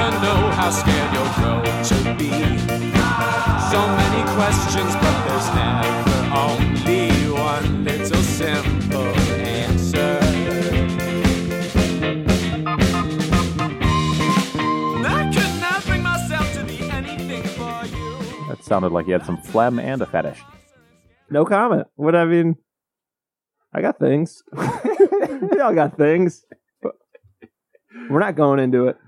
how scared you're grown to be. So many questions, but there's never only one little simple answer. And I could not bring myself to be anything for you. That sounded like he had some phlegm and a fetish. No comment. What I mean, I got things. we all got things. But we're not going into it.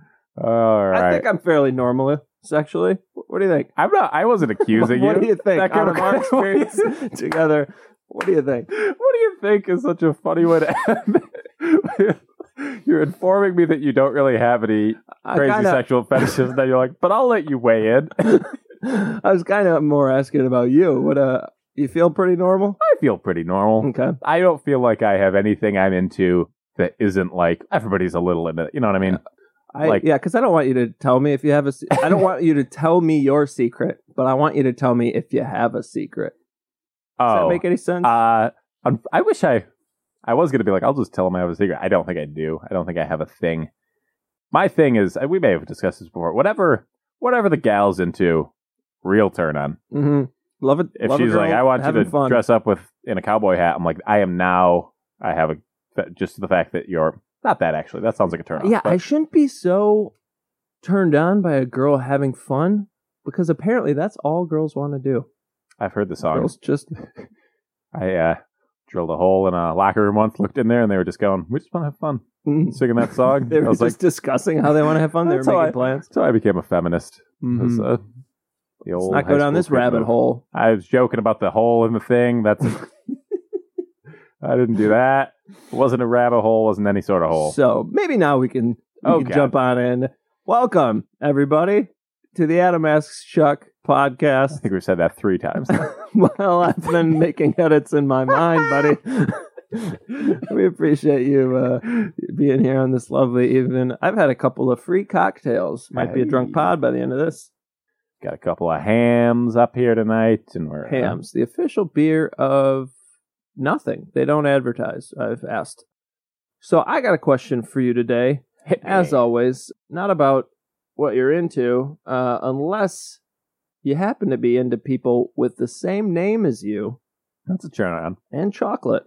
All I right. think I'm fairly normal sexually. What do you think? I'm not. I wasn't accusing what you. do you think? That kind Out of of our experience together, what do you think? What do you think is such a funny way to end? you're informing me that you don't really have any I crazy kinda- sexual fetishes. Then you're like, but I'll let you weigh in. I was kind of more asking about you. What uh, you feel pretty normal? I feel pretty normal. Okay. I don't feel like I have anything I'm into that isn't like everybody's a little into. You know what I mean? I, Like- yeah, because I don't want you to tell me if you have a. Se- I don't want you to tell me your secret, but I want you to tell me if you have a secret. Does oh, that make any sense? uh, un- I wish I. I was gonna be like, I'll just tell him I have a secret. I don't think I do. I don't think I have a thing. My thing is, and we may have discussed this before. Whatever, whatever the gal's into, real turn on. hmm Love it. if love a she's like, girl I want you having to fun. dress up with in a cowboy hat, I'm like, I am now. I have a that- just the fact that you're not that actually. That sounds like a turn off. Yeah, I shouldn't be so turned on by a girl having fun because apparently that's all girls want to do. I've heard the song. Girls just I uh, drilled a hole in a locker room once, looked in there, and they were just going, "We just want to have fun," they singing that song. I were was mm, just like, discussing how they want to have fun. They were That's how making I- plans. that's how I became a feminist. It was, Mhm. uh, the Let's old not high go down school this kid rabbit move. hole. I was joking about the hole in the thing. That's. I didn't do that. It wasn't a rabbit hole. Wasn't any sort of hole. So maybe now we can, we can Okay. jump on in. Welcome everybody to the Adam Asks Chuck I podcast. think we've said that three times. well, I've been making edits in my mind, buddy. we appreciate you uh, being here on this lovely evening. I've had a couple of free cocktails. Might be a drunk Hey. pod by the end of this. Got a couple of hams up here tonight, and we're uh, Hams, the official beer of nothing. They don't advertise. I've asked. So I got a question for you today. hit me. As always, not about what you're into, uh, unless you happen to be into people with the same name as you that's a turn on. and chocolate.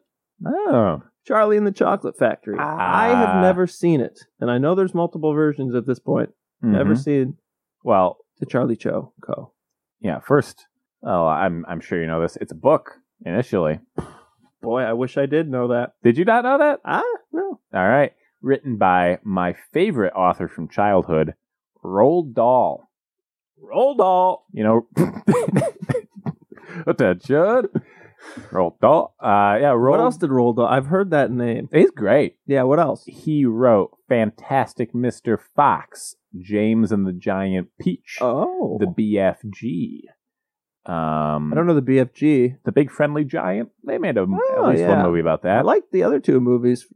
Oh, Charlie and the Chocolate Factory. I Ah. have never seen it, and I know there's multiple versions at this point. Never Mhm. seen Well, the Charlie Cho Co. yeah. First, oh, I'm I'm sure you know this. It's a book initially. Boy, I wish I did know that. Did you not know that? Ah, no. All right, written by my favorite author from childhood, Roald Dahl. Roll doll. You know, attention, Roald Dahl. Uh, yeah, Roald. What else did Roll Doll? I've heard that name. He's great. Yeah, what else? He wrote Fantastic Mr. Fox, James and the Giant Peach. Oh. the BFG. Um, I don't know the BFG. the Big Friendly Giant. They made a, Oh, at least yeah. one movie about I that. liked the other two movies.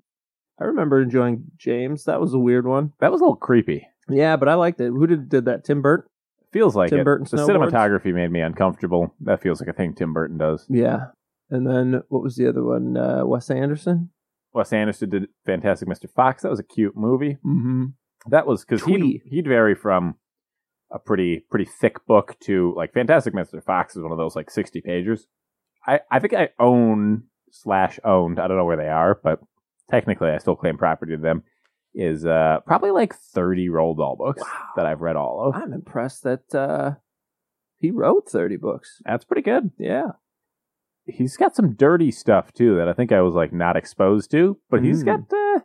I remember enjoying James. That was a weird one. that was a little creepy. Yeah, but I liked it. Who did, did that? Tim Burton? Feels like Tim it. Burton the snowboards? cinematography made me uncomfortable. That feels like a thing Tim Burton does. Yeah. And then what was the other one? Uh, Wes Anderson? Wes Anderson did Fantastic Mr. Fox. That was a cute movie. Mm-hmm. That was because he'd, Twee. he'd vary from a pretty pretty thick book to like Fantastic Mr. Fox is one of those like sixty pages. I I think I own slash owned. I don't know where they are, but technically I still claim property to them. Is uh probably like thirty Roald Dahl books Wow. that I've read all of. I'm impressed that uh, he wrote 30 books. That's pretty good. Yeah. He's got some dirty stuff too that I think I was like not exposed to, but he's Mm. got uh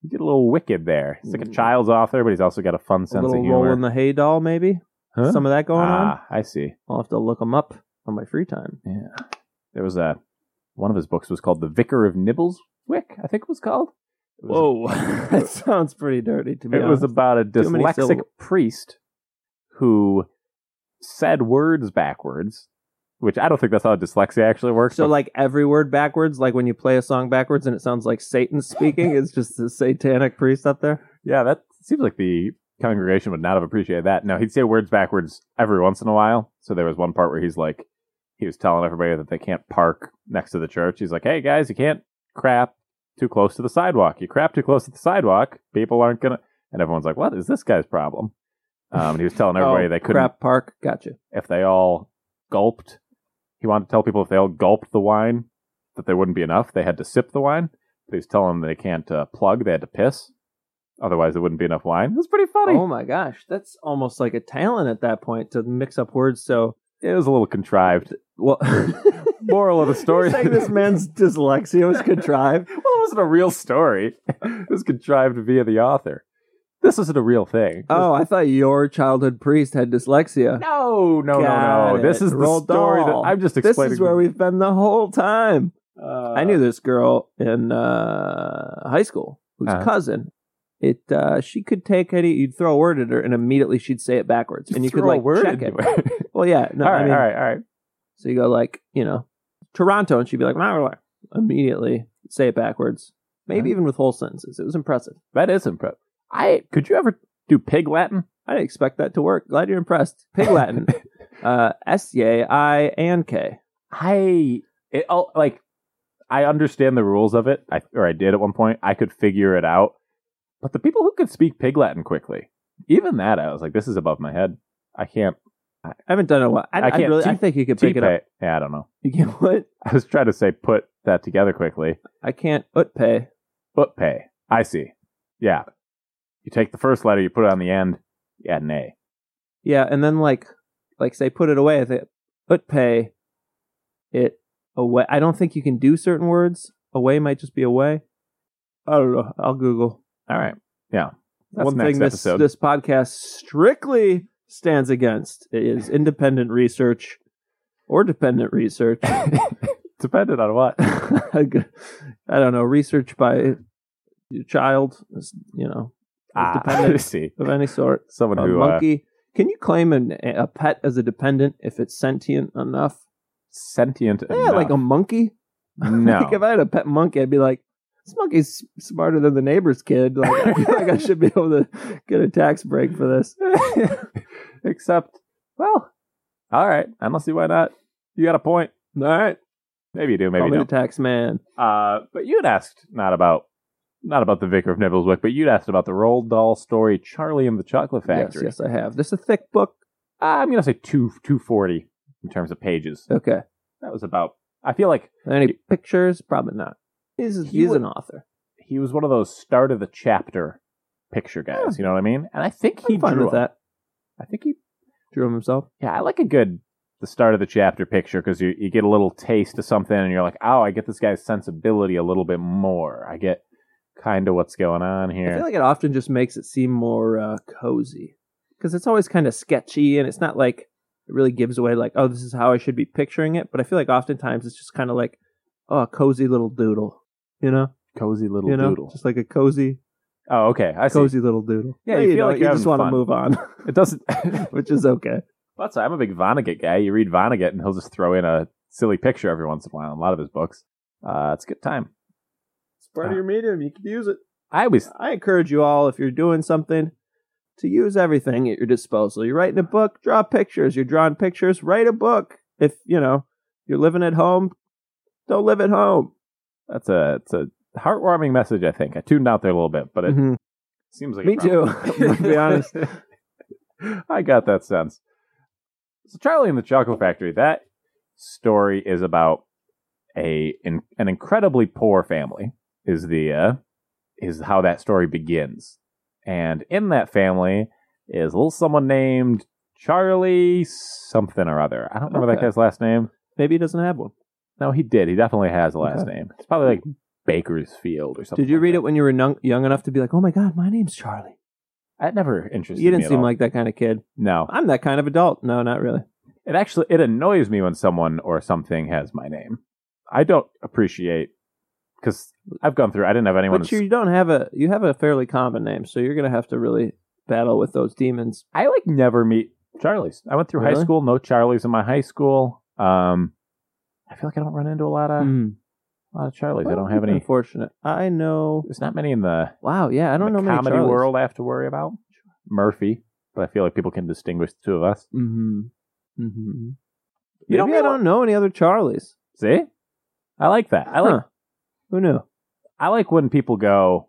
he did a little wicked there. He's like a Mm. child's author, but he's also got a fun a sense of little roll in humor. the hay doll, maybe. Huh? Some of that going on. ah, I see. I'll have to look them up on my free time. there was a one of his books was called The Vicar of Nibbleswick, I think it was called. It was, that sounds pretty dirty to me. it was about a Too many dyslexic syllables. priest who said words backwards, which I don't think that's how dyslexia actually works. so but like every word backwards, like when you play a song backwards and it sounds like Satan speaking, it's just the satanic priest up there. yeah, that seems like the congregation would not have appreciated that. No, he'd say words backwards every once in a while. So there was one part where he's like, he was telling everybody that they can't park next to the church. He's like, hey guys, you can't crap too close to the sidewalk. You crap too close to the sidewalk, people aren't gonna. And everyone's like, what is this guy's problem? Um, and he was telling everybody Oh, they couldn't Crap Park, gotcha. if they all gulped. He wanted to tell people if they all gulped the wine that there wouldn't be enough. They had to sip the wine. But he was telling them they can't uh, plug. They had to piss, otherwise there wouldn't be enough wine. It was pretty funny. Oh my gosh, that's almost like a talent at that point to mix up words. So It was a little contrived. well, Moral of the story. You're saying this man's dyslexia was contrived. well, it wasn't a real story. It was contrived via the author. This isn't a real thing. Oh, I thought your childhood priest had dyslexia. no, no, no, Got no. This it. is the Roald story that Dahl. I'm just this explaining. is where we've been the whole time. Uh, I knew this girl in uh, high school, whose Uh-huh. cousin. It uh, she could take any. You'd throw a word at her, and immediately she'd say it backwards, and you could Throw a like word check it. into it. Well, yeah, no, all I right, mean, all right, all right. So you go like, you know, Toronto, and she'd be like, "Blah, blah, blah," immediately say it backwards. Maybe Huh? even with whole sentences. It was impressive. That is impressive. I could you ever do pig Latin? I didn't expect that to work. Glad you're impressed. Pig Latin, uh, S Y I and K. I it oh, like I understand the rules of it, I, or I did at one point. I could figure it out, but the people who could speak pig Latin quickly, even that, I was like, this is above my head. I can't. I haven't done it. in a while. I, I I, can't really, I te- think you could pick it up. Tipe- Yeah, I don't know. You can what? I was trying to say put that together quickly, I can't utpe. but pay. I see. Yeah, you take the first letter, you put it on the end. Yeah, nay. Yeah, and then like, like say put it away. I think utpe it away. I don't think you can do certain words. Away might just be away. I don't know. I'll Google. All right. Yeah. That's One next thing this episode. this podcast strictly stands against is independent research or dependent research. Depended on what? I don't know research by your child, you know, ah, I Dependent. see. of any sort. Someone A who uh, monkey. Can you claim an, a pet as a dependent if it's sentient enough? sentient. Yeah, like a monkey. no. Like if I had a pet monkey, I'd be like, this monkey's smarter than the neighbor's kid. Like, I feel like I should be able to get a tax break for this. Except, well, all right. I don't see why not. You got a point. All right, Maybe you do. Maybe call you me the don't. tax man. uh, but you had asked not about not about the Vicar of Nibbleswick, but you'd asked about the Roald Dahl story, Charlie and the Chocolate Factory. Yes, yes, I have. This is a thick book. Uh, I'm gonna say two two forty in terms of pages. Okay. That was about. I feel like Any pictures? Probably not. He's, He he's would- an author. he was one of those start of the chapter picture guys. You know what I mean? And I think he I'm fine drew with them. that. I think he Drew him himself. Yeah, I like a good the start of the chapter picture because you you get a little taste of something and you're like, oh, I get this guy's sensibility a little bit more. I get kind of what's going on I feel here. like it often just makes it seem more uh, cozy because it's always kind of sketchy and it's not like it really gives away like, oh, this is how I should be picturing it. But I feel like oftentimes it's just kind of like, oh, a cozy little doodle. You know, cozy little you know, doodle. just like a cozy, oh, okay, I see. cozy little doodle. Yeah, No, you feel don't. like you you're just having want to fun. move on, It doesn't. which is okay. Plus, I'm a big Vonnegut guy. You read Vonnegut, and he'll just throw in a silly picture every once in a while in a lot of his books. Uh, it's a good time. It's part Ah. of your medium. You can use it. I always I encourage you all, if you're doing something, to use everything at your disposal. You're writing a book, draw pictures. You're drawing pictures, write a book. If you know you're living at home, don't live at home. that's a it's a heartwarming message. I think I tuned out there a little bit, but it Mhm. seems like Me it probably- too. I'm gonna be honest. I got that sense. So Charlie and the Chocolate Factory, that story is about a in, an incredibly poor family is the uh, is how that story begins. And in that family is a little someone named Charlie something or other. I don't remember Okay. that guy's last name. Maybe he doesn't have one. No, he did. He definitely has a last Okay. name. It's probably like Bakersfield or something. Did you read it when you were young, young enough to be like, "Oh my God, my name's Charlie"? it? That never interested You me didn't at seem all. like that kind of kid. no. I'm that kind of adult. No, not really. It actually it annoys me when someone or something has my name. I don't appreciate because I've gone through. I didn't have anyone. But that's- you don't have a you have a fairly common name, so you're gonna have to really battle with those demons. I like never meet Charlies. I went through high Really? school. No Charlies in my high school. Um, I feel like I don't run into a lot of Hmm. a lot of Charlies. Mm. I Well, don't have any. Unfortunate. I know. There's not many in the, Wow. Yeah, I don't the know many comedy Charlies. world. I have to worry about Murphy, but I feel like people can distinguish the two of us. Mm-hmm. Mm-hmm. You Maybe don't I don't know any other Charlies. See, I like that. I like Huh. Who knew? I like when people go,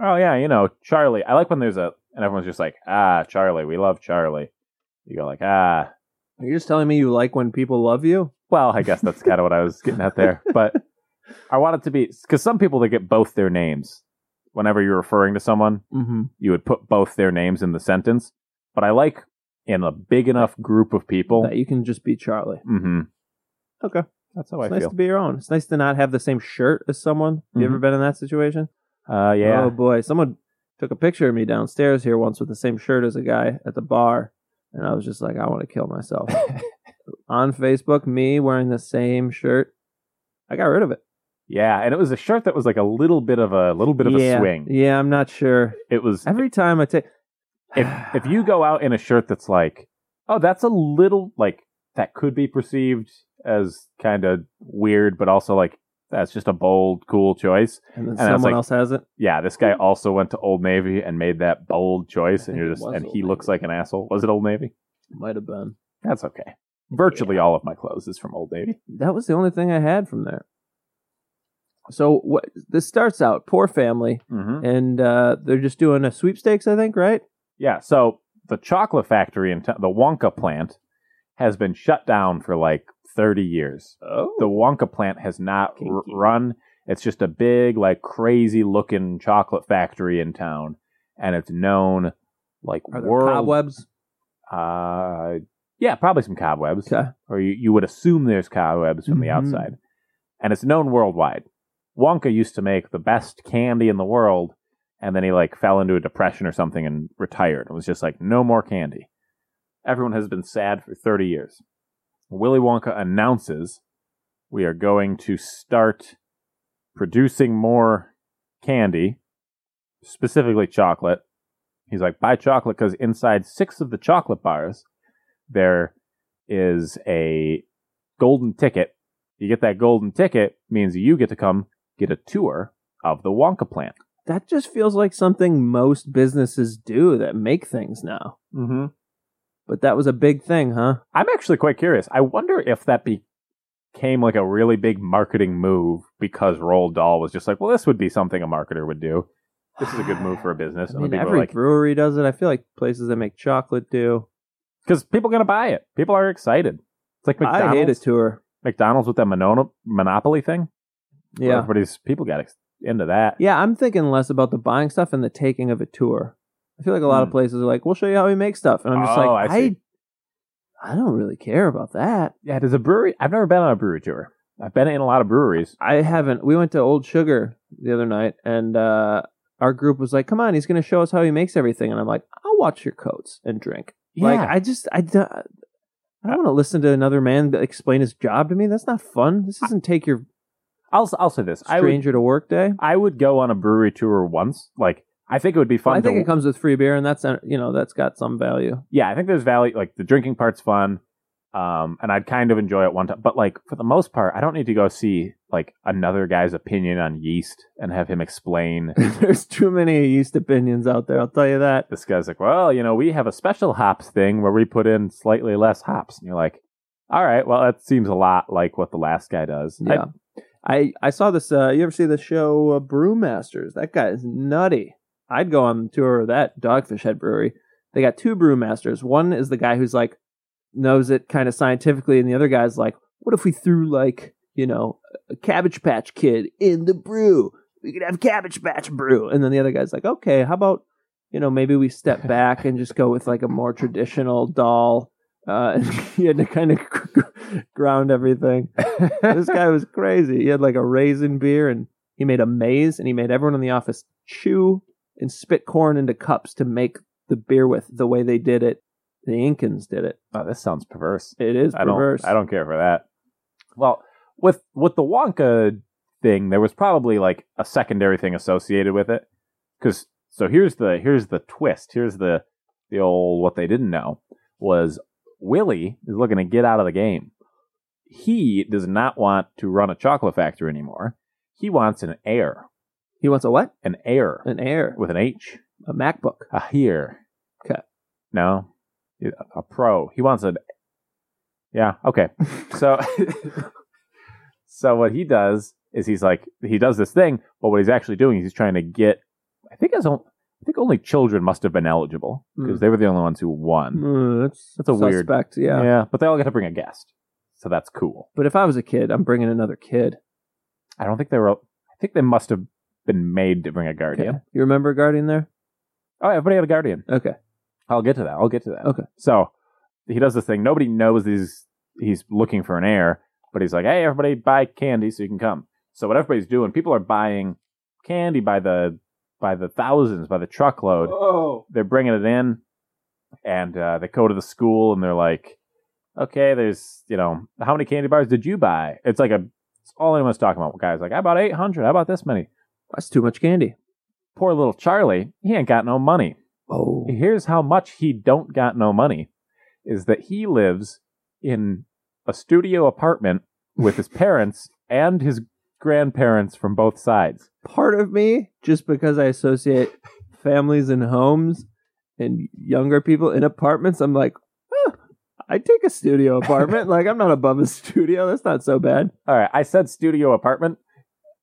"Oh yeah, you know, Charlie." I like when there's a and and everyone's just like, ah, Charlie, we love Charlie. You go like, ah, Are you just telling me you like when people love you? well, I guess that's kind of what I was getting at there. But I want it to be because some people they get both their names whenever you're referring to someone. Mm-hmm. You would put both their names in the sentence, but I like in a big enough group of people. That you can just be Charlie. Mm-hmm. Okay. That's how it's I nice feel. to be your own. It's nice to not have the same shirt as someone. You ever been in that situation? uh, yeah. Oh boy, someone took a picture of me downstairs here once with the same shirt as a guy at the bar, and I was just like, I want to kill myself. On Facebook, me wearing the same shirt, I got rid of it. Yeah, and it was a shirt that was like a little bit of a little bit of yeah. a swing. Yeah, I'm not sure. It was Every time I take, if if you go out in a shirt that's like, oh, that's a little like that could be perceived as kind of weird, but also like that's just a bold, cool choice. and then I was someone like, else has it. Yeah, this guy also went to Old Navy and made that bold choice, and Hmm. think you're it just was and Old he looks like an asshole. Was it Old Navy? Might have been. That's okay. Virtually all of my clothes is from Old Navy. That was the only thing I had from there. So what? This starts out poor family, Mm-hmm. and uh, they're just doing a sweepstakes, I think, right? Yeah. So the chocolate factory in t- the Wonka plant has been shut down for like 30 years. Oh, the Wonka plant has not r- Kinky. run. It's just a big, like crazy looking chocolate factory in town, and it's known like are there world. cobwebs? Uh, yeah, probably some cobwebs, Okay. or you, you would assume there's cobwebs from the Mhm. outside, and it's known worldwide. Wonka used to make the best candy in the world, and then he like fell into a depression or something and retired. It was just like no more candy. Everyone has been sad for 30 years. Willy Wonka announces we are going to start producing more candy, specifically chocolate. He's like, buy chocolate because inside six of the chocolate bars, there is a golden ticket. You get that golden ticket means you get to come get a tour of the Wonka plant. that just feels like something most businesses do that make things now. Mm-hmm. But that was a big thing, huh? I'm actually quite curious. I wonder if that became like a really big marketing move because Roald Dahl was just like, well, this would be something a marketer would do. This is a good move for a business. I mean, and people every are like, brewery does it. I feel like places that make chocolate do. because people are going to buy it. People are excited. It's like McDonald's. I hate a tour. McDonald's with that monono- monopoly thing. Yeah, Everybody's, people got ex- into that. yeah. I'm thinking less about the buying stuff and the taking of a tour. I feel like a lot of Hmm. places are like, "We'll show you how we make stuff," and I'm just Oh, like, I I, see. I don't really care about that. Yeah, there's a brewery. I've never been on a brewery tour. I've been in a lot of breweries. I haven't. We went to Old Sugar the other night, and uh, our group was like, "Come on, he's going to show us how he makes everything," and I'm like, "I'll watch your coats and drink." Like I just I don't, I don't want to listen to another man that explain his job to me. That's not fun. This isn't take your I'll I'll say this. I would, stranger to work day. I would go on a brewery tour once. Like I think it would be fun. Well, I think to, it comes with free beer, and that's uh, you know that's got some value. yeah, I think there's value. Like the drinking part's fun, um, and I'd kind of enjoy it one time. But like for the most part, I don't need to go see like another guy's opinion on yeast and have him explain. There's too many yeast opinions out there. I'll tell you that. this guy's like, well, you know, we have a special hops thing where we put in slightly less hops, and you're like, all right, well, that seems a lot like what the last guy does. I- Yeah, I I saw this. Uh, you ever see the show uh, Brewmasters? That guy is nutty. I'd go on tour of that Dogfish Head Brewery. They got two brewmasters. One is the guy who's like knows it kind of scientifically, and the other guy's like, "What if we threw like you know a Cabbage Patch Kid in the brew? We could have Cabbage Patch brew." And then the other guy's like, "Okay, how about you know maybe we step back and just go with like a more traditional doll." Uh, and he had to kind of ground everything this guy was crazy. He had like a raisin beer and he made a maze and he made everyone in the office chew and spit corn into cups to make the beer with the way they did it. The Incans did it. oh, this sounds perverse. It is I don't. perverse. I don't care for that. Well, with with the Wonka thing, there was probably like a secondary thing associated with it. Because so here's the here's the twist. Here's the the old what they didn't know was Willie is looking to get out of the game. He does not want to run a chocolate factory anymore. He wants an heir, He wants a what? an heir An Air, with an H, a MacBook. a heir. Okay. No, a pro. He wants an. Yeah. Okay. So, so what he does is he's like he does this thing, but what he's actually doing is he's trying to get. I think his own. I think only children must have been eligible because Mm. they were the only ones who won. Mm, Hmm, that's, That's a weird- suspect, Yeah. but they all got to bring a guest, so that's cool. But if I was a kid, I'm bringing another kid. I don't think they were. I think they must have been made to bring a Okay. guardian. You remember Guardian there? Oh, everybody had a guardian. Okay. I'll get to that. I'll get to that. Okay. So he does this thing. Nobody knows he's he's looking for an heir, but he's like, "Hey, everybody, buy candy so you can come." So what everybody's doing, people are buying candy by the by the thousands, by the truckload. Oh. They're bringing it in, and uh, they go to the school and they're like, "Okay, there's you know how many candy bars did you buy?" It's like a it's all anyone's talking about. Guys like, "I bought eight hundred. I bought this many." That's too much candy. Poor little Charlie, he ain't got no money Oh. here's how much he don't got no money is that he lives in a studio apartment with his parents and his grandparents from both sides Part of me, just because I associate families and homes and younger people in apartments, I'm like, "Huh, I'd take a studio apartment. like, I'm not above a studio. That's not so bad. all right i said studio apartment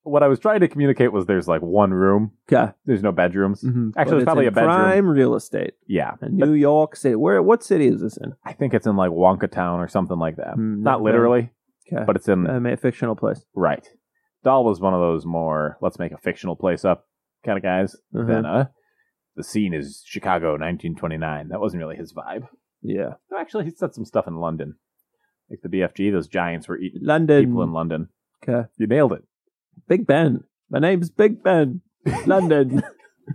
what i was trying to communicate was there's like one room Okay. there's no bedrooms Mhm. Mm-hmm. Actually, But it's probably in a bedroom. Prime real estate. yeah in New York City. Where? What city is this in? i think it's in like wonka town or something like that Mm, not no, literally Okay. Uh, but it's in I mean, a fictional place. right doll was one of those more let's make a fictional place up kind of guys Uh-huh. Then uh, the scene is Chicago, 1929. That wasn't really his vibe. Yeah. No, actually, he said some stuff in London, like the BFG. Those giants were eating London. people in London. Okay. You nailed it. Big Ben. My name's Big Ben. London.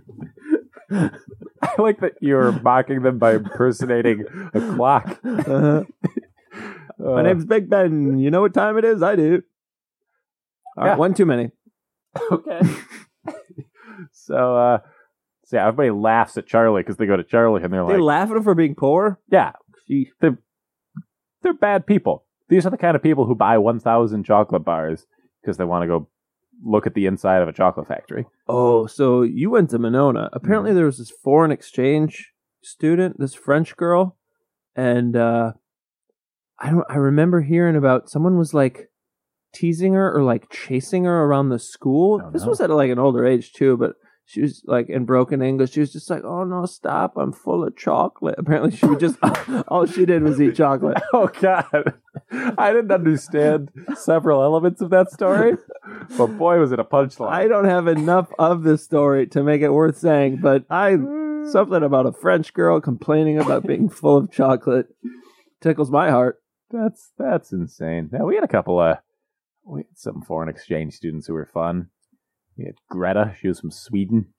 I like that you're mocking them by impersonating a clock. Uh-huh. Uh, My name's Big Ben. You know what time it is? I do. All right, Yeah. one too many. okay. Uh, so, uh, so yeah, everybody laughs at Charlie because they go to Charlie and they're they like, laugh at him for being poor. "Yeah, Gee. they're bad people. These are the kind of people who buy 1,000 chocolate bars because they want to go look at the inside of a chocolate factory." Oh, so you went to Monona. Apparently, there was this foreign exchange student, this French girl, and uh, I don't. I remember hearing about someone was like teasing her or like chasing her around the school. Oh, This no. was at like an older age too, but she was like in broken English. She was just like, "Oh no, stop! I'm full of chocolate." Apparently, she would just all she did was eat chocolate. Oh God, I didn't understand several elements of that story, but boy, was it a I punchline! don't have enough of this story to make it worth saying, but I Mm. something about a French girl complaining about being full of chocolate tickles my heart. That's that's insane. Now we had a couple of we had some foreign exchange students who were fun. We had Greta; she was from Sweden.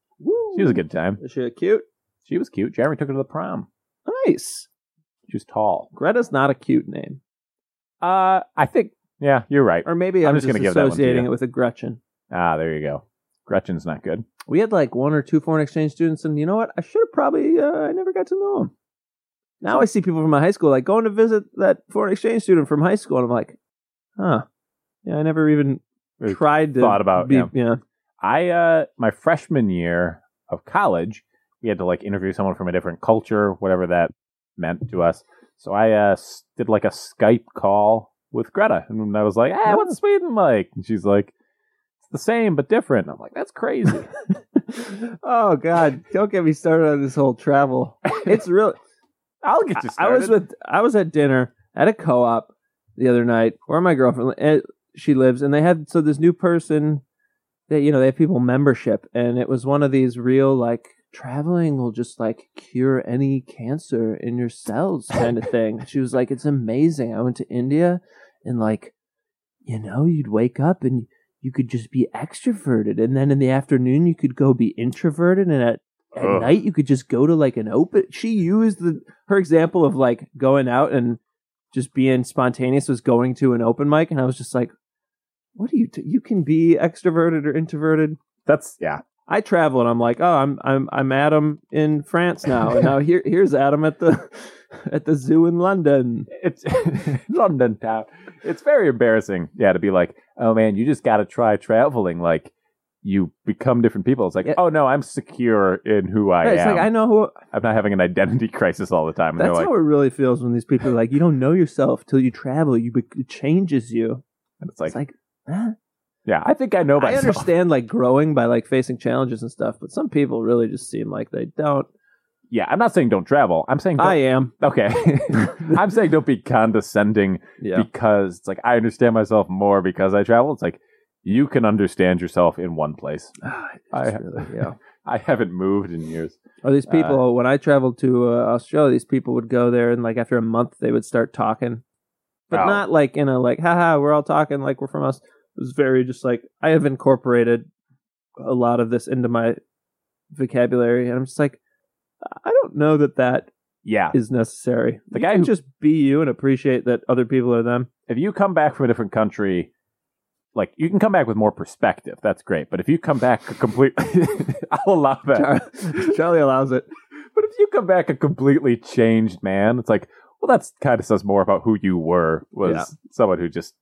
She was a good time. Is she cute? She was cute. Jeremy took her to the prom. Nice. She was tall. Greta's not a cute name, Uh, I think. Yeah, you're right. or maybe I'm I'm, just just, gonna give that one to associating you. it with a Gretchen. Ah, there you go. Gretchen's not good. We had like one or two foreign exchange students, and you know what? I should have probably uh, I never got to know them. Now I see people from my high school like going to visit that foreign exchange student from high school, and I'm like, huh? Yeah, I never even Really tried to thought about, be, yeah. yeah. I uh my freshman year of college, we had to like interview someone from a different culture, whatever that meant to us. So I uh s- did like a Skype call with Greta and I was like, "Hey, what's Sweden like?" And she's like, "It's the same but different." I'm like, "That's crazy." oh God! Don't get me started on this whole travel. It's real. I'll get you I started. was with. I was at dinner at a co-op the other night, where my girlfriend eh, she lives, and they had so this new person that you know they have people membership, and it was one of these real like traveling will just like cure any cancer in your cells kind of thing. she was like, it's amazing. I went to India, and like, you know, you'd wake up and. You could just be extroverted, and then in the afternoon you could go be introverted, and at at Ugh. night you could just go to like an open she used the her example of like going out and just being spontaneous was going to an open mic and i was just like what do you do? you can be extroverted or introverted That's yeah. i travel and i'm like oh i'm i'm i'm adam in france now and now here here's adam at the at the zoo in london It's London town. It's very embarrassing. Yeah, to be like, "Oh man, you just got to try traveling like you become different people. It's like, Yeah. oh no, I'm secure in who I Right, it's am. like i know who I'm not having an identity crisis all the time. And that's they're like, how it really feels when these people are like you don't know yourself till you travel you bec it changes you and it's like, it's like huh? Yeah, I think I know I myself. understand like growing by like facing challenges and stuff, but some people really just seem like they don't. Yeah, I'm not saying don't travel. I'm saying don't, I am. okay. I'm saying don't be condescending Yeah. because it's like I understand myself more because I travel. It's like you can understand yourself in one place. I, I- really, yeah. I haven't moved in years. Or Oh, these Uh, people, when I traveled to uh, Australia, these people would go there and like after a month they would start talking, but Oh. not like in a like, haha, we're all talking like we're from us. It was very just like I have incorporated a lot of this into my vocabulary, and I'm just like, I don't know that that Yeah. is necessary. The you guy can who- just be you and appreciate that other people are them. If you come back from a different country, like you can come back with more perspective. That's great. But if you come back a complete I'll allow that. Char- Charlie allows it. But if you come back a completely changed man, it's like, well, that's kind of says more about who you were. Was Yeah. someone who just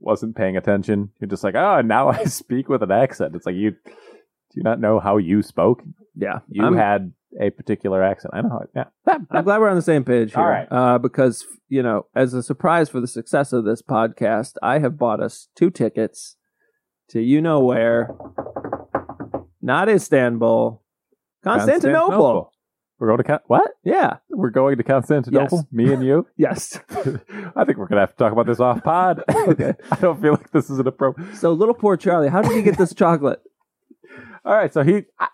wasn't paying attention. You're just like, oh, now I speak with an accent. It's like you do you not know how you spoke. Yeah, You I'm- had a particular accent. I know. How, yeah. That- I'm glad we're on the same page here. All right. Uh, because, you know, as a surprise for the success of this podcast, I have bought us two tickets to you know where, not Istanbul, Constantinople. We're going to Con- what? Yeah. We're going to Constantinople. Me and you. Yes. I think we're gonna have to talk about this off pod. Okay. I don't feel like this is an appropriate. So, little poor Charlie, how did you get this chocolate? All right, so he I,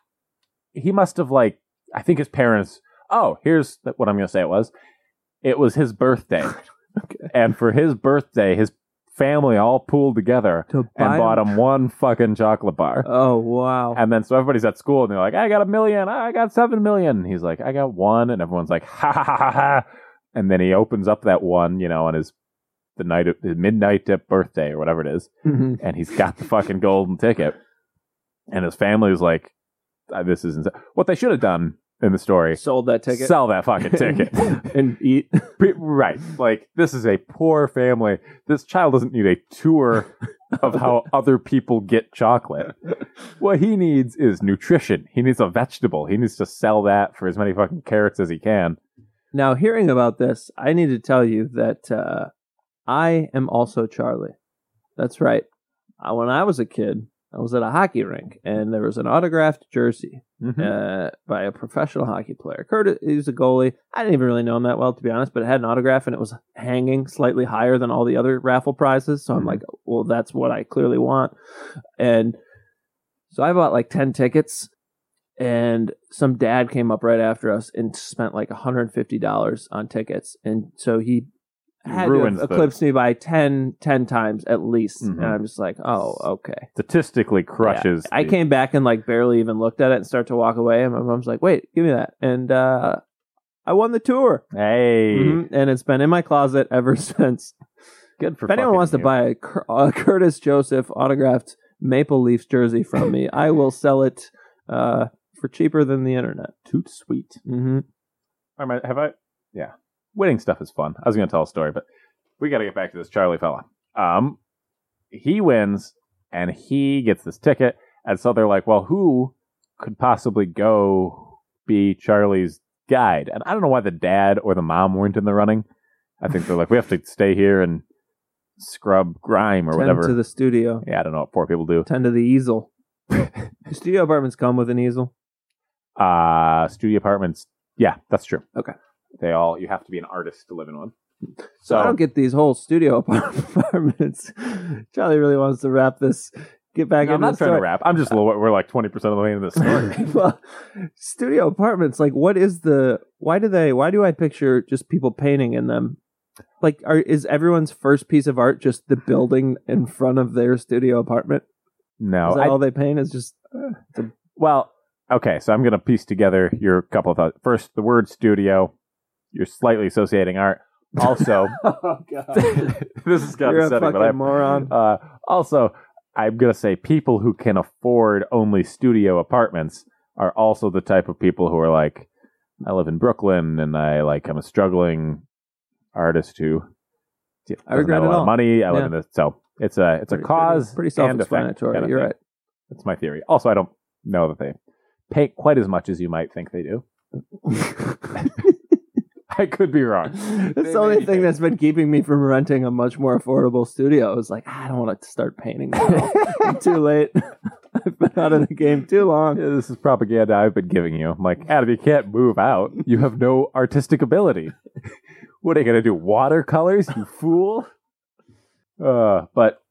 he must have like I think his parents. Oh, here's th- what I'm gonna say. It was it was his birthday, and for his birthday, his family all pooled together To and buy bought him one fucking chocolate bar. Oh, wow. And then so everybody's at school and they're like, I got a million, I got seven million. And he's like, I got one, and everyone's like, ha ha ha ha. ha. And then he opens up that one, you know, on his the night of his midnight dip birthday or whatever it is, Mhm. and he's got the fucking golden ticket. And his family's like, "Uh, this isn't what they should have done in the story. Sold that ticket. Sell that fucking ticket. and eat. Pre- right. Like, this is a poor family. This child doesn't need a tour of how other people get chocolate. What he needs is nutrition. He needs a vegetable. He needs to sell that for as many fucking carrots as he can. Now, hearing about this, I need to tell you that uh, I am also Charlie. That's right. I, when I was a kid, I was at a hockey rink, and there was an autographed jersey Mhm. uh, by a professional hockey player. Curtis, he was a goalie. I didn't even really know him that well, to be honest, but it had an autograph, and it was hanging slightly higher than all the other raffle prizes. So I'm Mhm. like, well, that's what I clearly want. And so I bought like 10 tickets, and some dad came up right after us and spent like $150 on tickets. And so he He had to ruins have the- eclipsed me by 10, 10 times at least. Mhm. And I'm just like, oh, okay. Statistically crushes. I the- came back and like barely even looked at it and start to walk away. And my mom's like, wait, give me that. And uh, I won the tour. Hey, Mhm. And it's been in my closet ever since. good for. if anyone fucking wants to you. buy a, Cur- a Curtis Joseph autographed Maple Leafs jersey from me, I will sell it uh, for cheaper than the internet. toot sweet. Mm-hmm. Am I- have I? Yeah, winning stuff is fun. I was going to tell a story, but we got to get back to this Charlie fella. Um, he wins and he gets this ticket, and so they're like, "Well, who could possibly go be Charlie's guide?" And I don't know why the dad or the mom weren't in the running. I think they're like, "We have to stay here and scrub grime or Ten whatever." to the studio, yeah, I don't know what poor people do. ten to the easel. Do studio apartments come with an easel. Uh studio apartments. Yeah, that's true. Okay. They all you have to be an artist to live in one. So I don't get these whole studio apartments. Charlie really wants to wrap this. Get back No, I'm into not the trying story. Uh, to rap. I'm just a little, we're like 20% of the way into this story. well, studio apartments. Like, what is the? Why do they? Why do I picture just people painting in them? Like, are is everyone's first piece of art just the building in front of their studio apartment? no. is that I- all they paint? Is just well, okay, so I'm going to piece together your couple of thoughts. First, the word studio, you're slightly associating art. Also, oh god, this is kind you're of a upsetting, fucking but I'm, moron. uh, also, I'm going to say people who can afford only studio apartments are also the type of people who are like, I live in Brooklyn and I like, I'm a struggling artist who doesn't I regret have it a lot all. of money. I live Yeah. in this. So it's a, it's a Pretty- cause. pretty, pretty and effect self-explanatory. kind of You're thing. right. That's my theory. Also, I don't know that they pay quite as much as you might think they do. I could be wrong. That's They the only made thing it. that's been keeping me from renting a much more affordable studio. Is like "Ah, I don't want to start painting. now. I'm too late. I've been out of the game too long. Yeah, this is propaganda I've been giving you. I'm like, Adam, you can't move out. You have no artistic ability. what are you going to do? Watercolors, you fool? Uh, but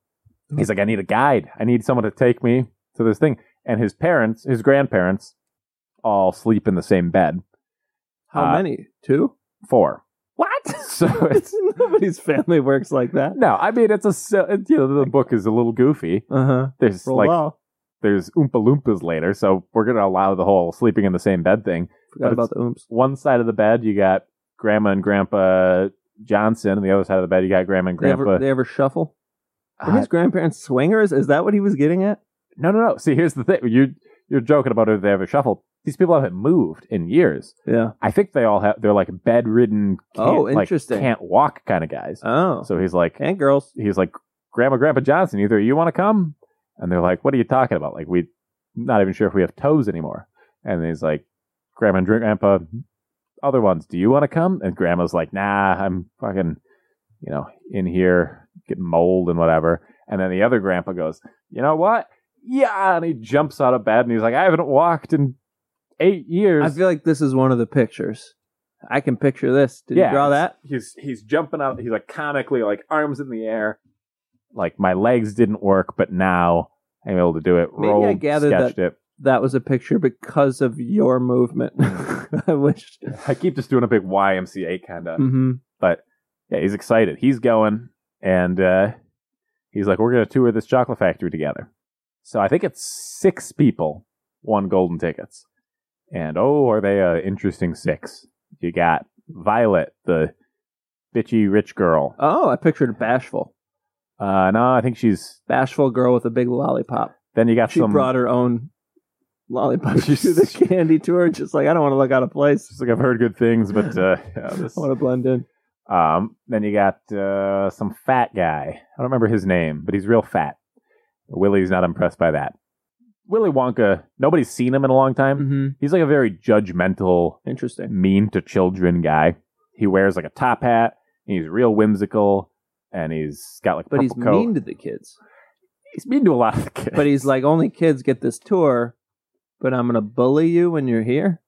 he's like, I need a guide. I need someone to take me to this thing. And his parents, his grandparents, all sleep in the same bed. How Uh, many? Two? Four. What? So it's Nobody's family works like that. no. I mean, it's a si- it's, you know the book is a little goofy. Uh huh. There's Roll like well. there's Oompa Loompas later, so we're gonna allow the whole sleeping in the same bed thing. but it's- Forgot about the oops. one side of the bed you got grandma and grandpa Johnson, and the other side of the bed you got grandma and They grandpa. ever, they ever shuffle? Were Uh, his grandparents swingers? Is that what he was getting at? no, no, no. See, here's the thing. You're you're joking about if they ever shuffled. These people haven't moved in years. Yeah. I think they all have. They're like bedridden. Can't, Oh, like, interesting. can't walk kind of guys. Oh. so he's like, and girls. he's like, grandma, grandpa Johnson. Either you want to come, and they're like, what are you talking about? Like we, not even sure if we have toes anymore. And he's like, grandma and grandpa, other ones. Do you want to come? And grandma's like, nah, I'm fucking, you know, in here getting mold and whatever. And then the other grandpa goes, you know what? Yeah, and he jumps out of bed and he's like, I haven't walked in eight years. I feel like this is one of the pictures. I can picture this. Did you draw that? He's he's jumping out. He's like comically like arms in the air. Like my legs didn't work, but now I'm able to do it. Maybe I Rolled, gathered sketched it. That was a picture because of your movement. Mm. I wish. I keep just doing a big YMCA kind of. hmm Yeah, he's excited. He's going, and uh, he's like, "We're gonna tour this chocolate factory together." So I think it's six people, one golden tickets, and oh, are they a interesting six? You got Violet, the bitchy rich girl. Oh, I pictured bashful, Uh, no, I think she's. bashful girl with a big lollipop. Then you got She some. brought her own lollipop to the candy tour. Just like I don't want to look out of place. She's like, I've heard good things, but uh, yeah, this- I want to blend in. um, then you got uh, some fat guy. I don't remember his name, but he's real fat. Willie's not impressed by that. Willy Wonka, nobody's seen him in a long time. hmm He's like a very judgmental, Interesting. mean to children guy. He wears like a top hat. And he's real whimsical, and he's got like a But he's purple coat. mean to the kids. He's mean to a lot of the kids. But he's like, only kids get this tour. But I'm gonna bully you when you're here.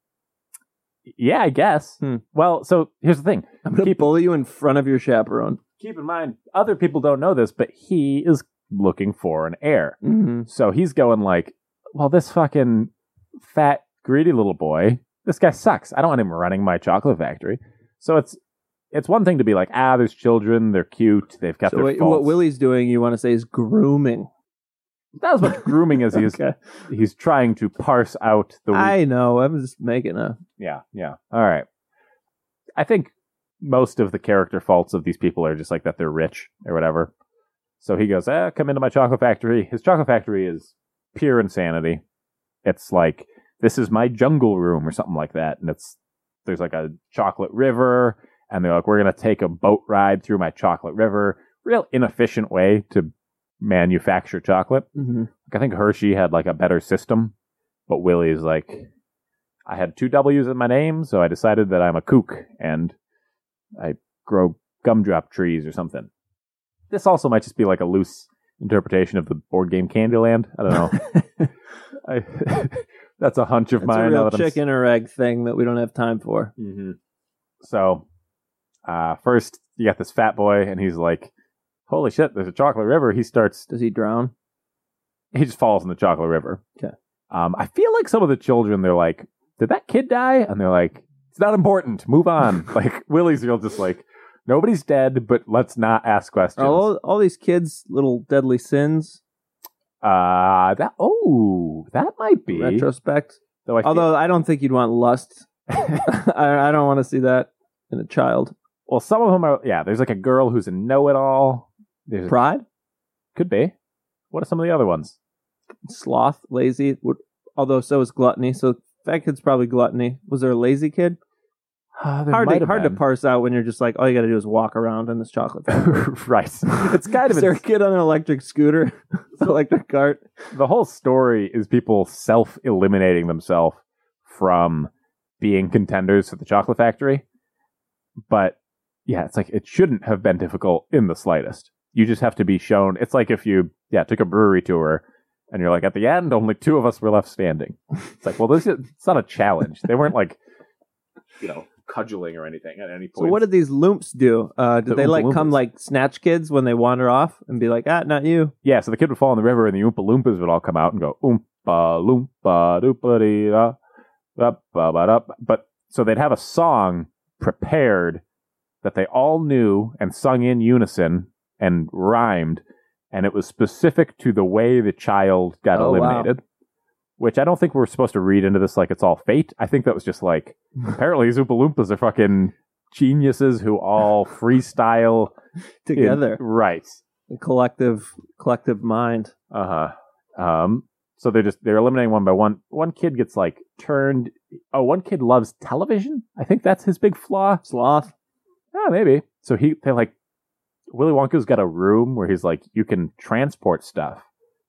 yeah, I guess. Hmm. Well, so here's the thing. I'm gonna Keep- bully you in front of your chaperone. keep in mind other people don't know this but he is looking for an heir Mm-hmm. so he's going like well this fucking fat greedy little boy this guy sucks i don't want him running my chocolate factory so it's it's one thing to be like ah there's children they're cute they've got So their wait, faults. what Willie's doing, you want to say, is grooming. not as much grooming as he's Okay. he's trying to parse out the weak I know. I'm just making a. Yeah, yeah. All right. I think most of the character faults of these people are just like that they're rich or whatever. So he goes, eh, come into my chocolate factory. His chocolate factory is pure insanity. It's like, this is my jungle room or something like that. And it's, there's like a chocolate river. And they're like, we're going to take a boat ride through my chocolate river. Real inefficient way to manufacture chocolate. Mhm. Like, I think Hershey had like a better system, but Willie's like, I had two W's in my name, so I decided that I'm a kook and I grow gumdrop trees or something. This also might just be like a loose interpretation of the board game Candyland. I don't know. I, that's a hunch of That's mine. a now real that I'm s- chicken or egg thing that we don't have time for. Mm-hmm. So, uh, first you got this fat boy, and he's like, "Holy shit! There's a chocolate river." He starts Does he drown? he just falls in the chocolate river. Okay. Um, I feel like some of the children, they're like, "Did that kid die?" And they're like, "It's not important. Move on." like Willie's real, just like nobody's dead, but let's not ask questions. Are all, all these kids little deadly sins? Uh, that oh, that might be. Retrospect. Though I feel- Although I don't think you'd want lust. I, I don't want to see that in a child. well, some of them are. Yeah, there's like a girl who's a know-it-all. There's Pride, could be. What are some of the other ones? sloth, lazy. Would, although so is gluttony. So that kid's probably gluttony. Was there a lazy kid? Uh, there hard might to, have hard to been. parse out when you're just like all you got to do is walk around in this chocolate. factory. right. It's kind of is there a kid on an electric scooter, electric cart? the whole story is people self eliminating themselves from being contenders for the chocolate factory. but yeah, it's like it shouldn't have been difficult in the slightest. You just have to be shown. It's like if you yeah took a brewery tour and you're like at the end only two of us were left standing. It's like well this is it's not a challenge. They weren't like you know cudgeling or anything at any So point. what did these loomps do? Uh, did The they Oompa like come Loompas. like snatch kids when they wander off and be like, ah, not you? yeah, so the kid would fall in the river and the Oompa Loompas would all come out and go Oompa Loompa Doopa Dee Da da ba ba da. But so they'd have a song prepared that they all knew and sung in unison and rhymed, and it was specific to the way the child got Oh, wow. eliminated. Which I don't think we're supposed to read into this like it's all fate. I think that was just like apparently Zoopa Loompas are fucking geniuses who all freestyle in- Together, right? The collective, collective mind. Uh huh. Um. So they're just they're eliminating one by one. One kid gets like turned. Oh, one kid loves television. I think that's his big flaw. Sloth. Yeah, maybe. So he they like Willy Wonka's got a room where he's like you can transport stuff.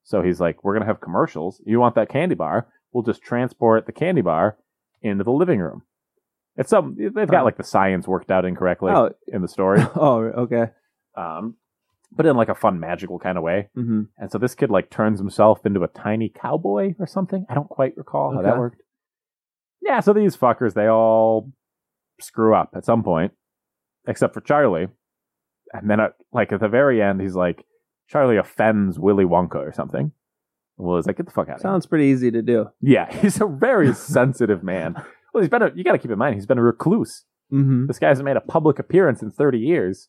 So he's like, we're gonna have commercials. You want that candy bar? We'll just transport the candy bar into the living room. It's some they've got like the science worked out incorrectly oh, in the story, oh, okay. um, but in like a fun magical kind of way. hmm And so this kid like turns himself into a tiny cowboy or something. I don't quite recall how that Okay. worked. Yeah, so these fuckers, they all screw up at some point, except for Charlie. And then, at, like, at the very end, he's like, Charlie offends Willy Wonka or something. Well, he's like, get the fuck out of here. Sounds pretty easy to do. Yeah, he's a very sensitive man. Well, he's been, a, you got to keep in mind, he's been a recluse. Mm-hmm. This guy hasn't made a public appearance in 30 years,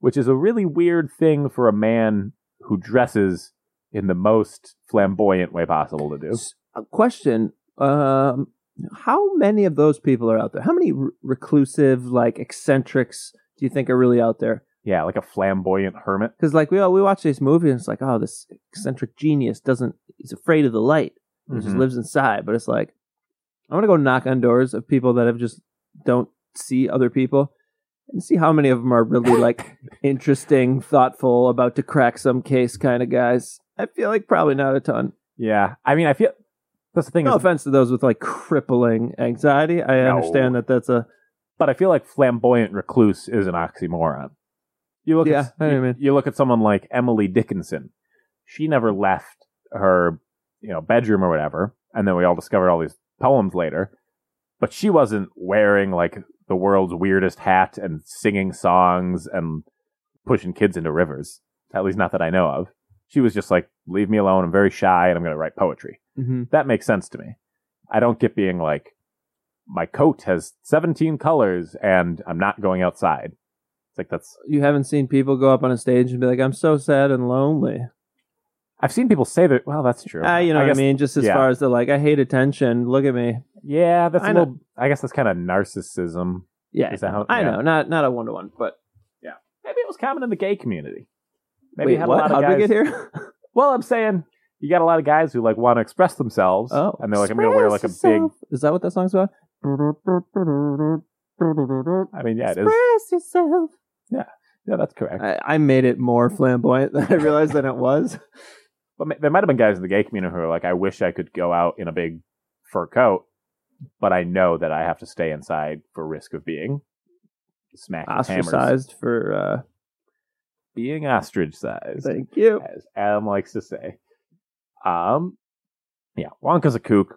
which is a really weird thing for a man who dresses in the most flamboyant way possible to do. A question: um, How many of those people are out there? How many re- reclusive, like eccentrics, do you think are really out there? Yeah, like a flamboyant hermit. Because like we all, we watch this movie and it's like, oh, this eccentric genius doesn't. He's afraid of the light. He just Mhm. lives inside. But it's like, I'm gonna go knock on doors of people that have just don't see other people. And see how many of them are really like interesting, thoughtful, about to crack some case kind of guys. I feel like probably not a ton. Yeah, I mean, I feel that's the thing, No is, offense to those with like crippling anxiety. I No. understand that that's a but I feel like flamboyant recluse is an oxymoron. You look, Yeah, at, I know what you mean. you look at someone like Emily Dickinson. She never left her, you know, bedroom or whatever, and then we all discovered all these poems later. But she wasn't wearing like the world's weirdest hat and singing songs and pushing kids into rivers. At least, not that I know of. She was just like, "Leave me alone. I'm very shy, and I'm going to write poetry." mhm. that makes sense to me. I don't get being like, my coat has 17 colors and I'm not going outside. It's like that's, you haven't seen people go up on a stage and be like, "I'm so sad and lonely." I've seen people say that, well, that's true. Ah, you know what guess- I mean? Just as yeah. far as the like, I hate attention. Look at me. Yeah, that's a I know. little, I guess that's kind of narcissism. Yeah, Is that how- I yeah. know. Not not a one to one, but Maybe it was common in the gay community. Maybe you wait, had what? a lot of How did we guys. get here? Well, I'm saying you got a lot of guys who like want to express themselves. Oh, and they're like, I'm going to wear like a big, big. Is that what that song's about? I mean, yeah, it is. Express yourself. Yeah, that's correct. I, I made it more flamboyant than I realized that it was. But ma- there might have been guys in the gay community who are like, I wish I could go out in a big fur coat, but I know that I have to stay inside for risk of being smacked with hammers. Ostracized for. uh Being ostrich sized, Thank you. as Adam likes to say. Um, yeah, Wonka's a kook.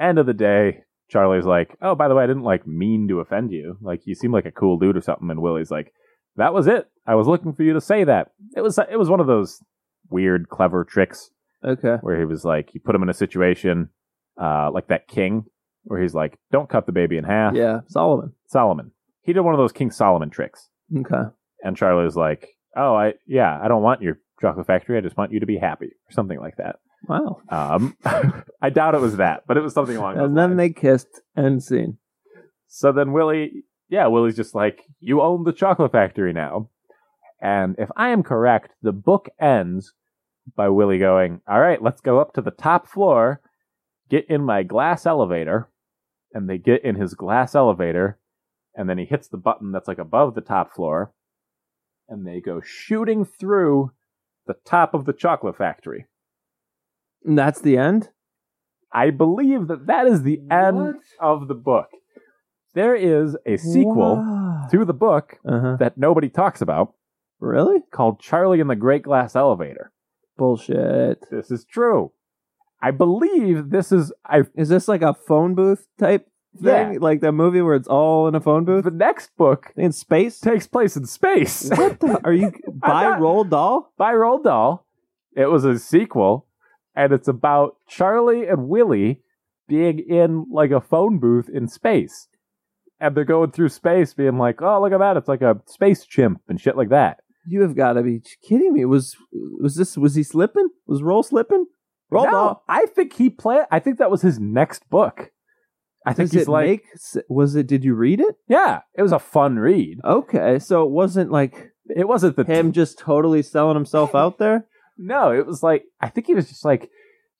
End of the day, Charlie's like, oh, by the way, I didn't like mean to offend you. Like, you seem like a cool dude or something. And Willie's like, that was it. I was looking for you to say that. It was it was one of those weird, clever tricks Okay. where he was like, he put him in a situation uh, like that king, where he's like, don't cut the baby in half. Yeah, Solomon. Solomon. He did one of those King Solomon tricks. Okay. And Charlie was like, oh, I, yeah, I don't want your chocolate factory. I just want you to be happy or something like that. Wow. Um, I doubt it was that, but it was something along those And then lines. they kissed. End scene. So then Willie, yeah, Willie's just like, you own the chocolate factory now. And if I am correct, the book ends by Willie going, all right, let's go up to the top floor, get in my glass elevator. And they get in his glass elevator. And then he hits the button that's like above the top floor. And they go shooting through the top of the chocolate factory. And that's the end. I believe that that is the end What? of the book. There is a sequel Wow. to the book Uh huh. that nobody talks about Really? called Charlie and the Great Glass Elevator. Bullshit. This is true. I believe this is I Is this like a phone booth type Yeah. thing? Like the movie where it's all in a phone booth the next book in space? takes place in space What the? Are you by not- Roll Doll? by Roald Dahl. It was a sequel, and it's about Charlie and Willie being in like a phone booth in space. And they're going through space being like, oh, look at that. It's like a space chimp and shit like that. You have got to be kidding me. Was was this? Was he slipping? Was Roll slipping? Roll No, Doll. I think he planned, I think that was his next book. I think Does he's it like, make? s- Was it? Did you read it? yeah, it was a fun read. Okay, so it wasn't like It wasn't the him just totally selling himself out there. No, it was like I think he was just like,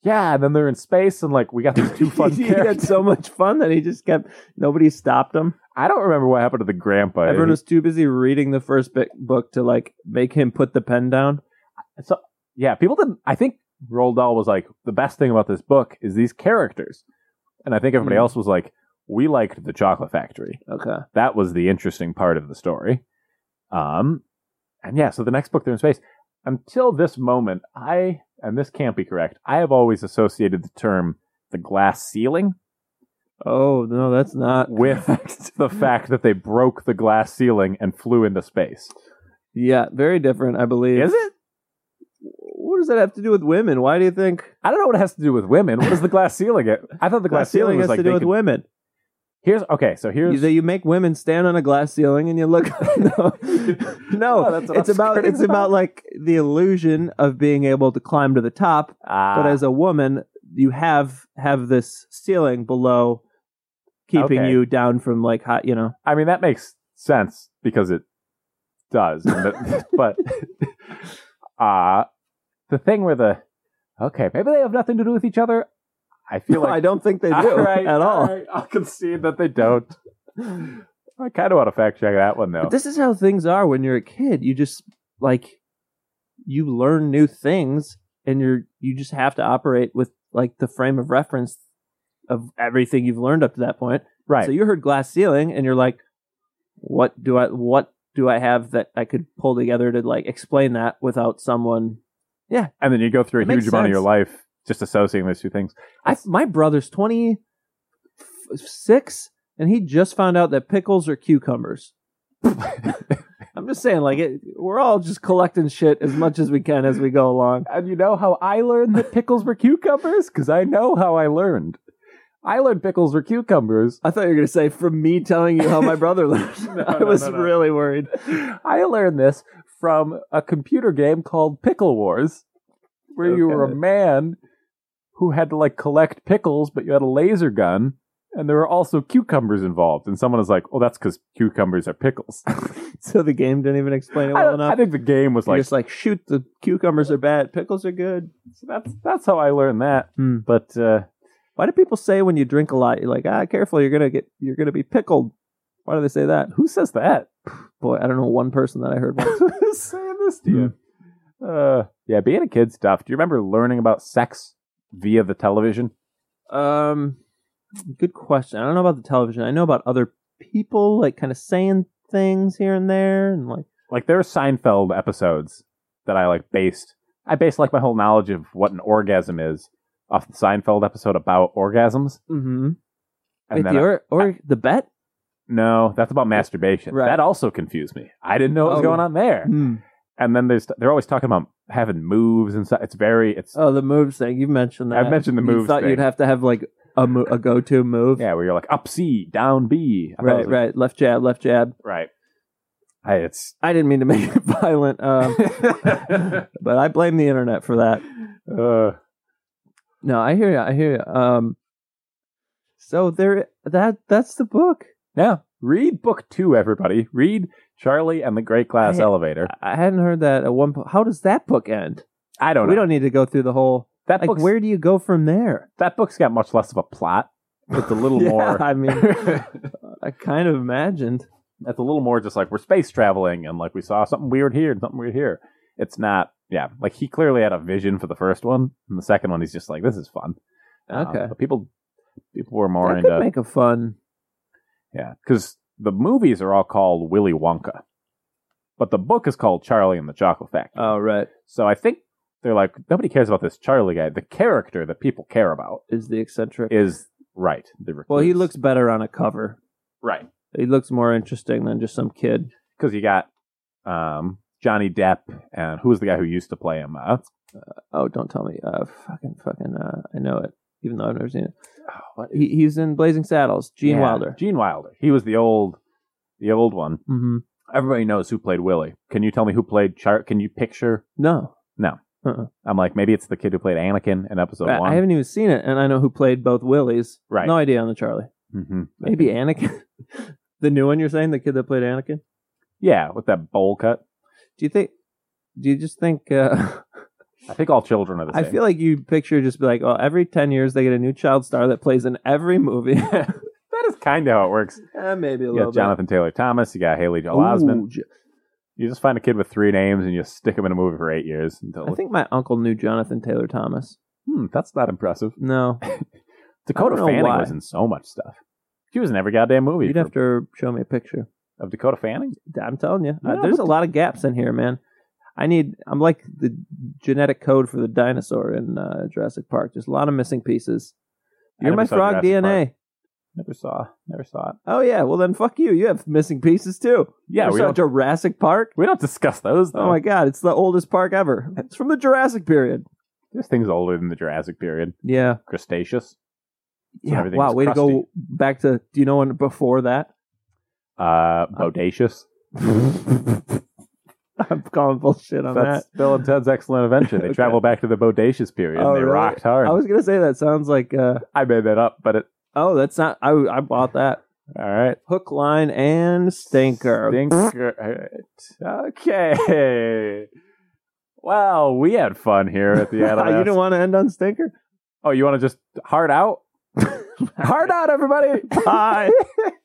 yeah. And then they're in space, and like we got these two fun he had characters. so much fun that he just kept. Nobody stopped him. I don't remember what happened to the grandpa. Everyone was too busy reading the first bi- book to like make him put the pen down. yeah, people didn't. I think Roald Dahl was like, the best thing about this book is these characters, and I think everybody Hmm. else was like, we liked the Chocolate Factory. Okay, That was the interesting part of the story. Um, and yeah, so the next book they're in space. Until this moment, I and this can't be correct. I have always associated the term the glass ceiling Oh no, that's not. with the fact that they broke the glass ceiling and flew into space. Yeah, very different, I believe. Is it? What does that have to do with women? Why do you think I don't know what it has to do with women. What does the glass ceiling? Get? I thought the glass, ceiling, was has like to do they with can- women? here's okay. So here's You, you make women stand on a glass ceiling and you look. no, no, Oh, that's what it's I'm about scared it's about about. like the illusion of being able to climb to the top, Ah, but as a woman, you have have this ceiling below, keeping Okay. you down from like hot. You know, I mean that makes sense because it does. And that- but uh the thing where the okay maybe they have nothing to do with each other. I feel like I don't think they do All right, at all. right, I'll concede that they don't. I kind of want to fact check that one though. But this is how things are when you're a kid. You just like you learn new things and you're you just have to operate with like the frame of reference of everything you've learned up to that point. right. So you heard glass ceiling and you're like what do I what do I have that I could pull together to like explain that without someone and then you go through a It makes huge amount of your sense. life just associating those two things. I my brother's 26 and he just found out that pickles are cucumbers. I'm just saying, like, it, we're all just collecting shit as much as we can as we go along. And you know how I learned that pickles were cucumbers? Because I know how I learned. I learned pickles were cucumbers. I thought you were going to say, from me telling you how my brother lives. I no, was no, no. really worried. I learned this from a computer game called Pickle Wars, where you were a Okay. man who had to like collect pickles, but you had a laser gun, and there were also cucumbers involved. And someone was like, "Well, that's because cucumbers are pickles." So the game didn't even explain it I, well don't- enough. I think the game was You're like, just like, shoot, the cucumbers are bad. Pickles are good. so "That's that's how I learned that." Hmm. But uh, Why do people say when you drink a lot, you're like, ah, careful, you're going to get, you're going to be pickled. Why do they say that? who says that? Boy, I don't know one person that I heard. once. saying this to you. Uh, yeah, being a kid's tough. Do you remember learning about sex via the television? Um, good question. I don't know about the television. I know about other people like kind of saying things here and there, and like Like there are Seinfeld episodes that I like based. I based like my whole knowledge of what an orgasm is off the Seinfeld episode about orgasms. mm-hmm. And Wait, the I- or, or the bet. no, that's about masturbation. Right. That also confused me. I didn't know what was Oh. going on there. And then there's they're always talking about having moves and stuff. It's very it's Oh, the moves thing. You've mentioned that. I've mentioned the You moves thought you'd thing. have to have like a mo- a go to move. yeah, where you're like up C, down B. I thought it Right, was like- right. Left jab, left jab. right. I, it's I didn't mean to make it violent, um, but I blame the internet for that. Uh, No, I hear you. I hear you. Um, so there, that that's the book. yeah. Read book two, everybody. Read Charlie and the Great Glass I- Elevator. I hadn't heard that at one point. How does that book end? I don't know. We don't need to go through the whole that like book's, where do you go from there that book's got much less of a plot. It's a little Yeah, more. i mean i kind of imagined it's a little more just like we're space traveling and like we saw something weird here and something weird here. It's not. Yeah, like he clearly had a vision for the first one, and the second one he's just like, "This is fun." Um, Okay. but people, people were more uh, that could into make a fun yeah, because the movies are all called Willy Wonka, but the book is called Charlie and the Chocolate Factory. Oh, right. so I think they're like nobody cares about this Charlie guy. The character that people care about Is the eccentric. is right. The well, he recluse. looks better on a cover. right He looks more interesting than just some kid. because you got um, Johnny Depp and who was the guy who used to play him? Uh, Oh, don't tell me. Uh, fucking, fucking. Uh, I know it, even though I've never seen it. He, he's in Blazing Saddles. Gene Oh, yeah, Wilder. Gene Wilder. He was the old, the old one. Mm-hmm. Everybody knows who played Willie. Can you tell me who played Char? Can you picture? No, I'm like maybe it's the kid who played Anakin in Episode I, One. I haven't even seen it, and I know who played both Willies. Right. No idea on the Charlie. hmm Maybe Anakin. the new one you're saying, the kid that played Anakin. Yeah, with that bowl cut. Do you think? Do you just think? Uh, I think all children are the I same. feel like you picture just be like, oh, every ten years they get a new child star that plays in every movie. that is kind of how it works. Eh, maybe a You little got Jonathan Taylor Thomas. You got Haley bit. Joel Osment. Ooh, Jo- You just find a kid with three names and you stick him in a movie for eight years until. I think my uncle knew Jonathan Taylor Thomas. hmm, that's not impressive. No, Dakota I don't know Fanning why. was in so much stuff. She was in every goddamn movie you'd for- have to show me a picture. of Dakota Fanning. I'm telling you, uh, Yeah, there's but- a lot of gaps in here, man. I need. I'm like the genetic code for the dinosaur in uh, Jurassic Park. Just a lot of missing pieces. I You're never my saw frog Jurassic DNA. Never saw. Never saw it. Oh yeah. Well then, fuck you. You have missing pieces too. Yeah, You we saw don't, Jurassic Park. we don't discuss those. Though. Oh my god, it's the oldest park ever. It's from the Jurassic period. This thing's older than the Jurassic period. Yeah. Cretaceous. Yeah. everything Wow, was way to crusty. go back to do you know when before that? Uh, bodacious. I'm calling bullshit on That's Bill and Ted's Excellent Adventure. They Okay. travel back to the bodacious period. Oh, and they really? rocked that. hard. I I, was gonna say that sounds like uh made that up, but it, oh that's not I I bought that. all right. Hook, line, and stinker. Stinker. All right. Okay. Well, we had fun here at the Adelaide. you didn't want to end on stinker? oh, you want to just hard out? hard out, everybody. Bye.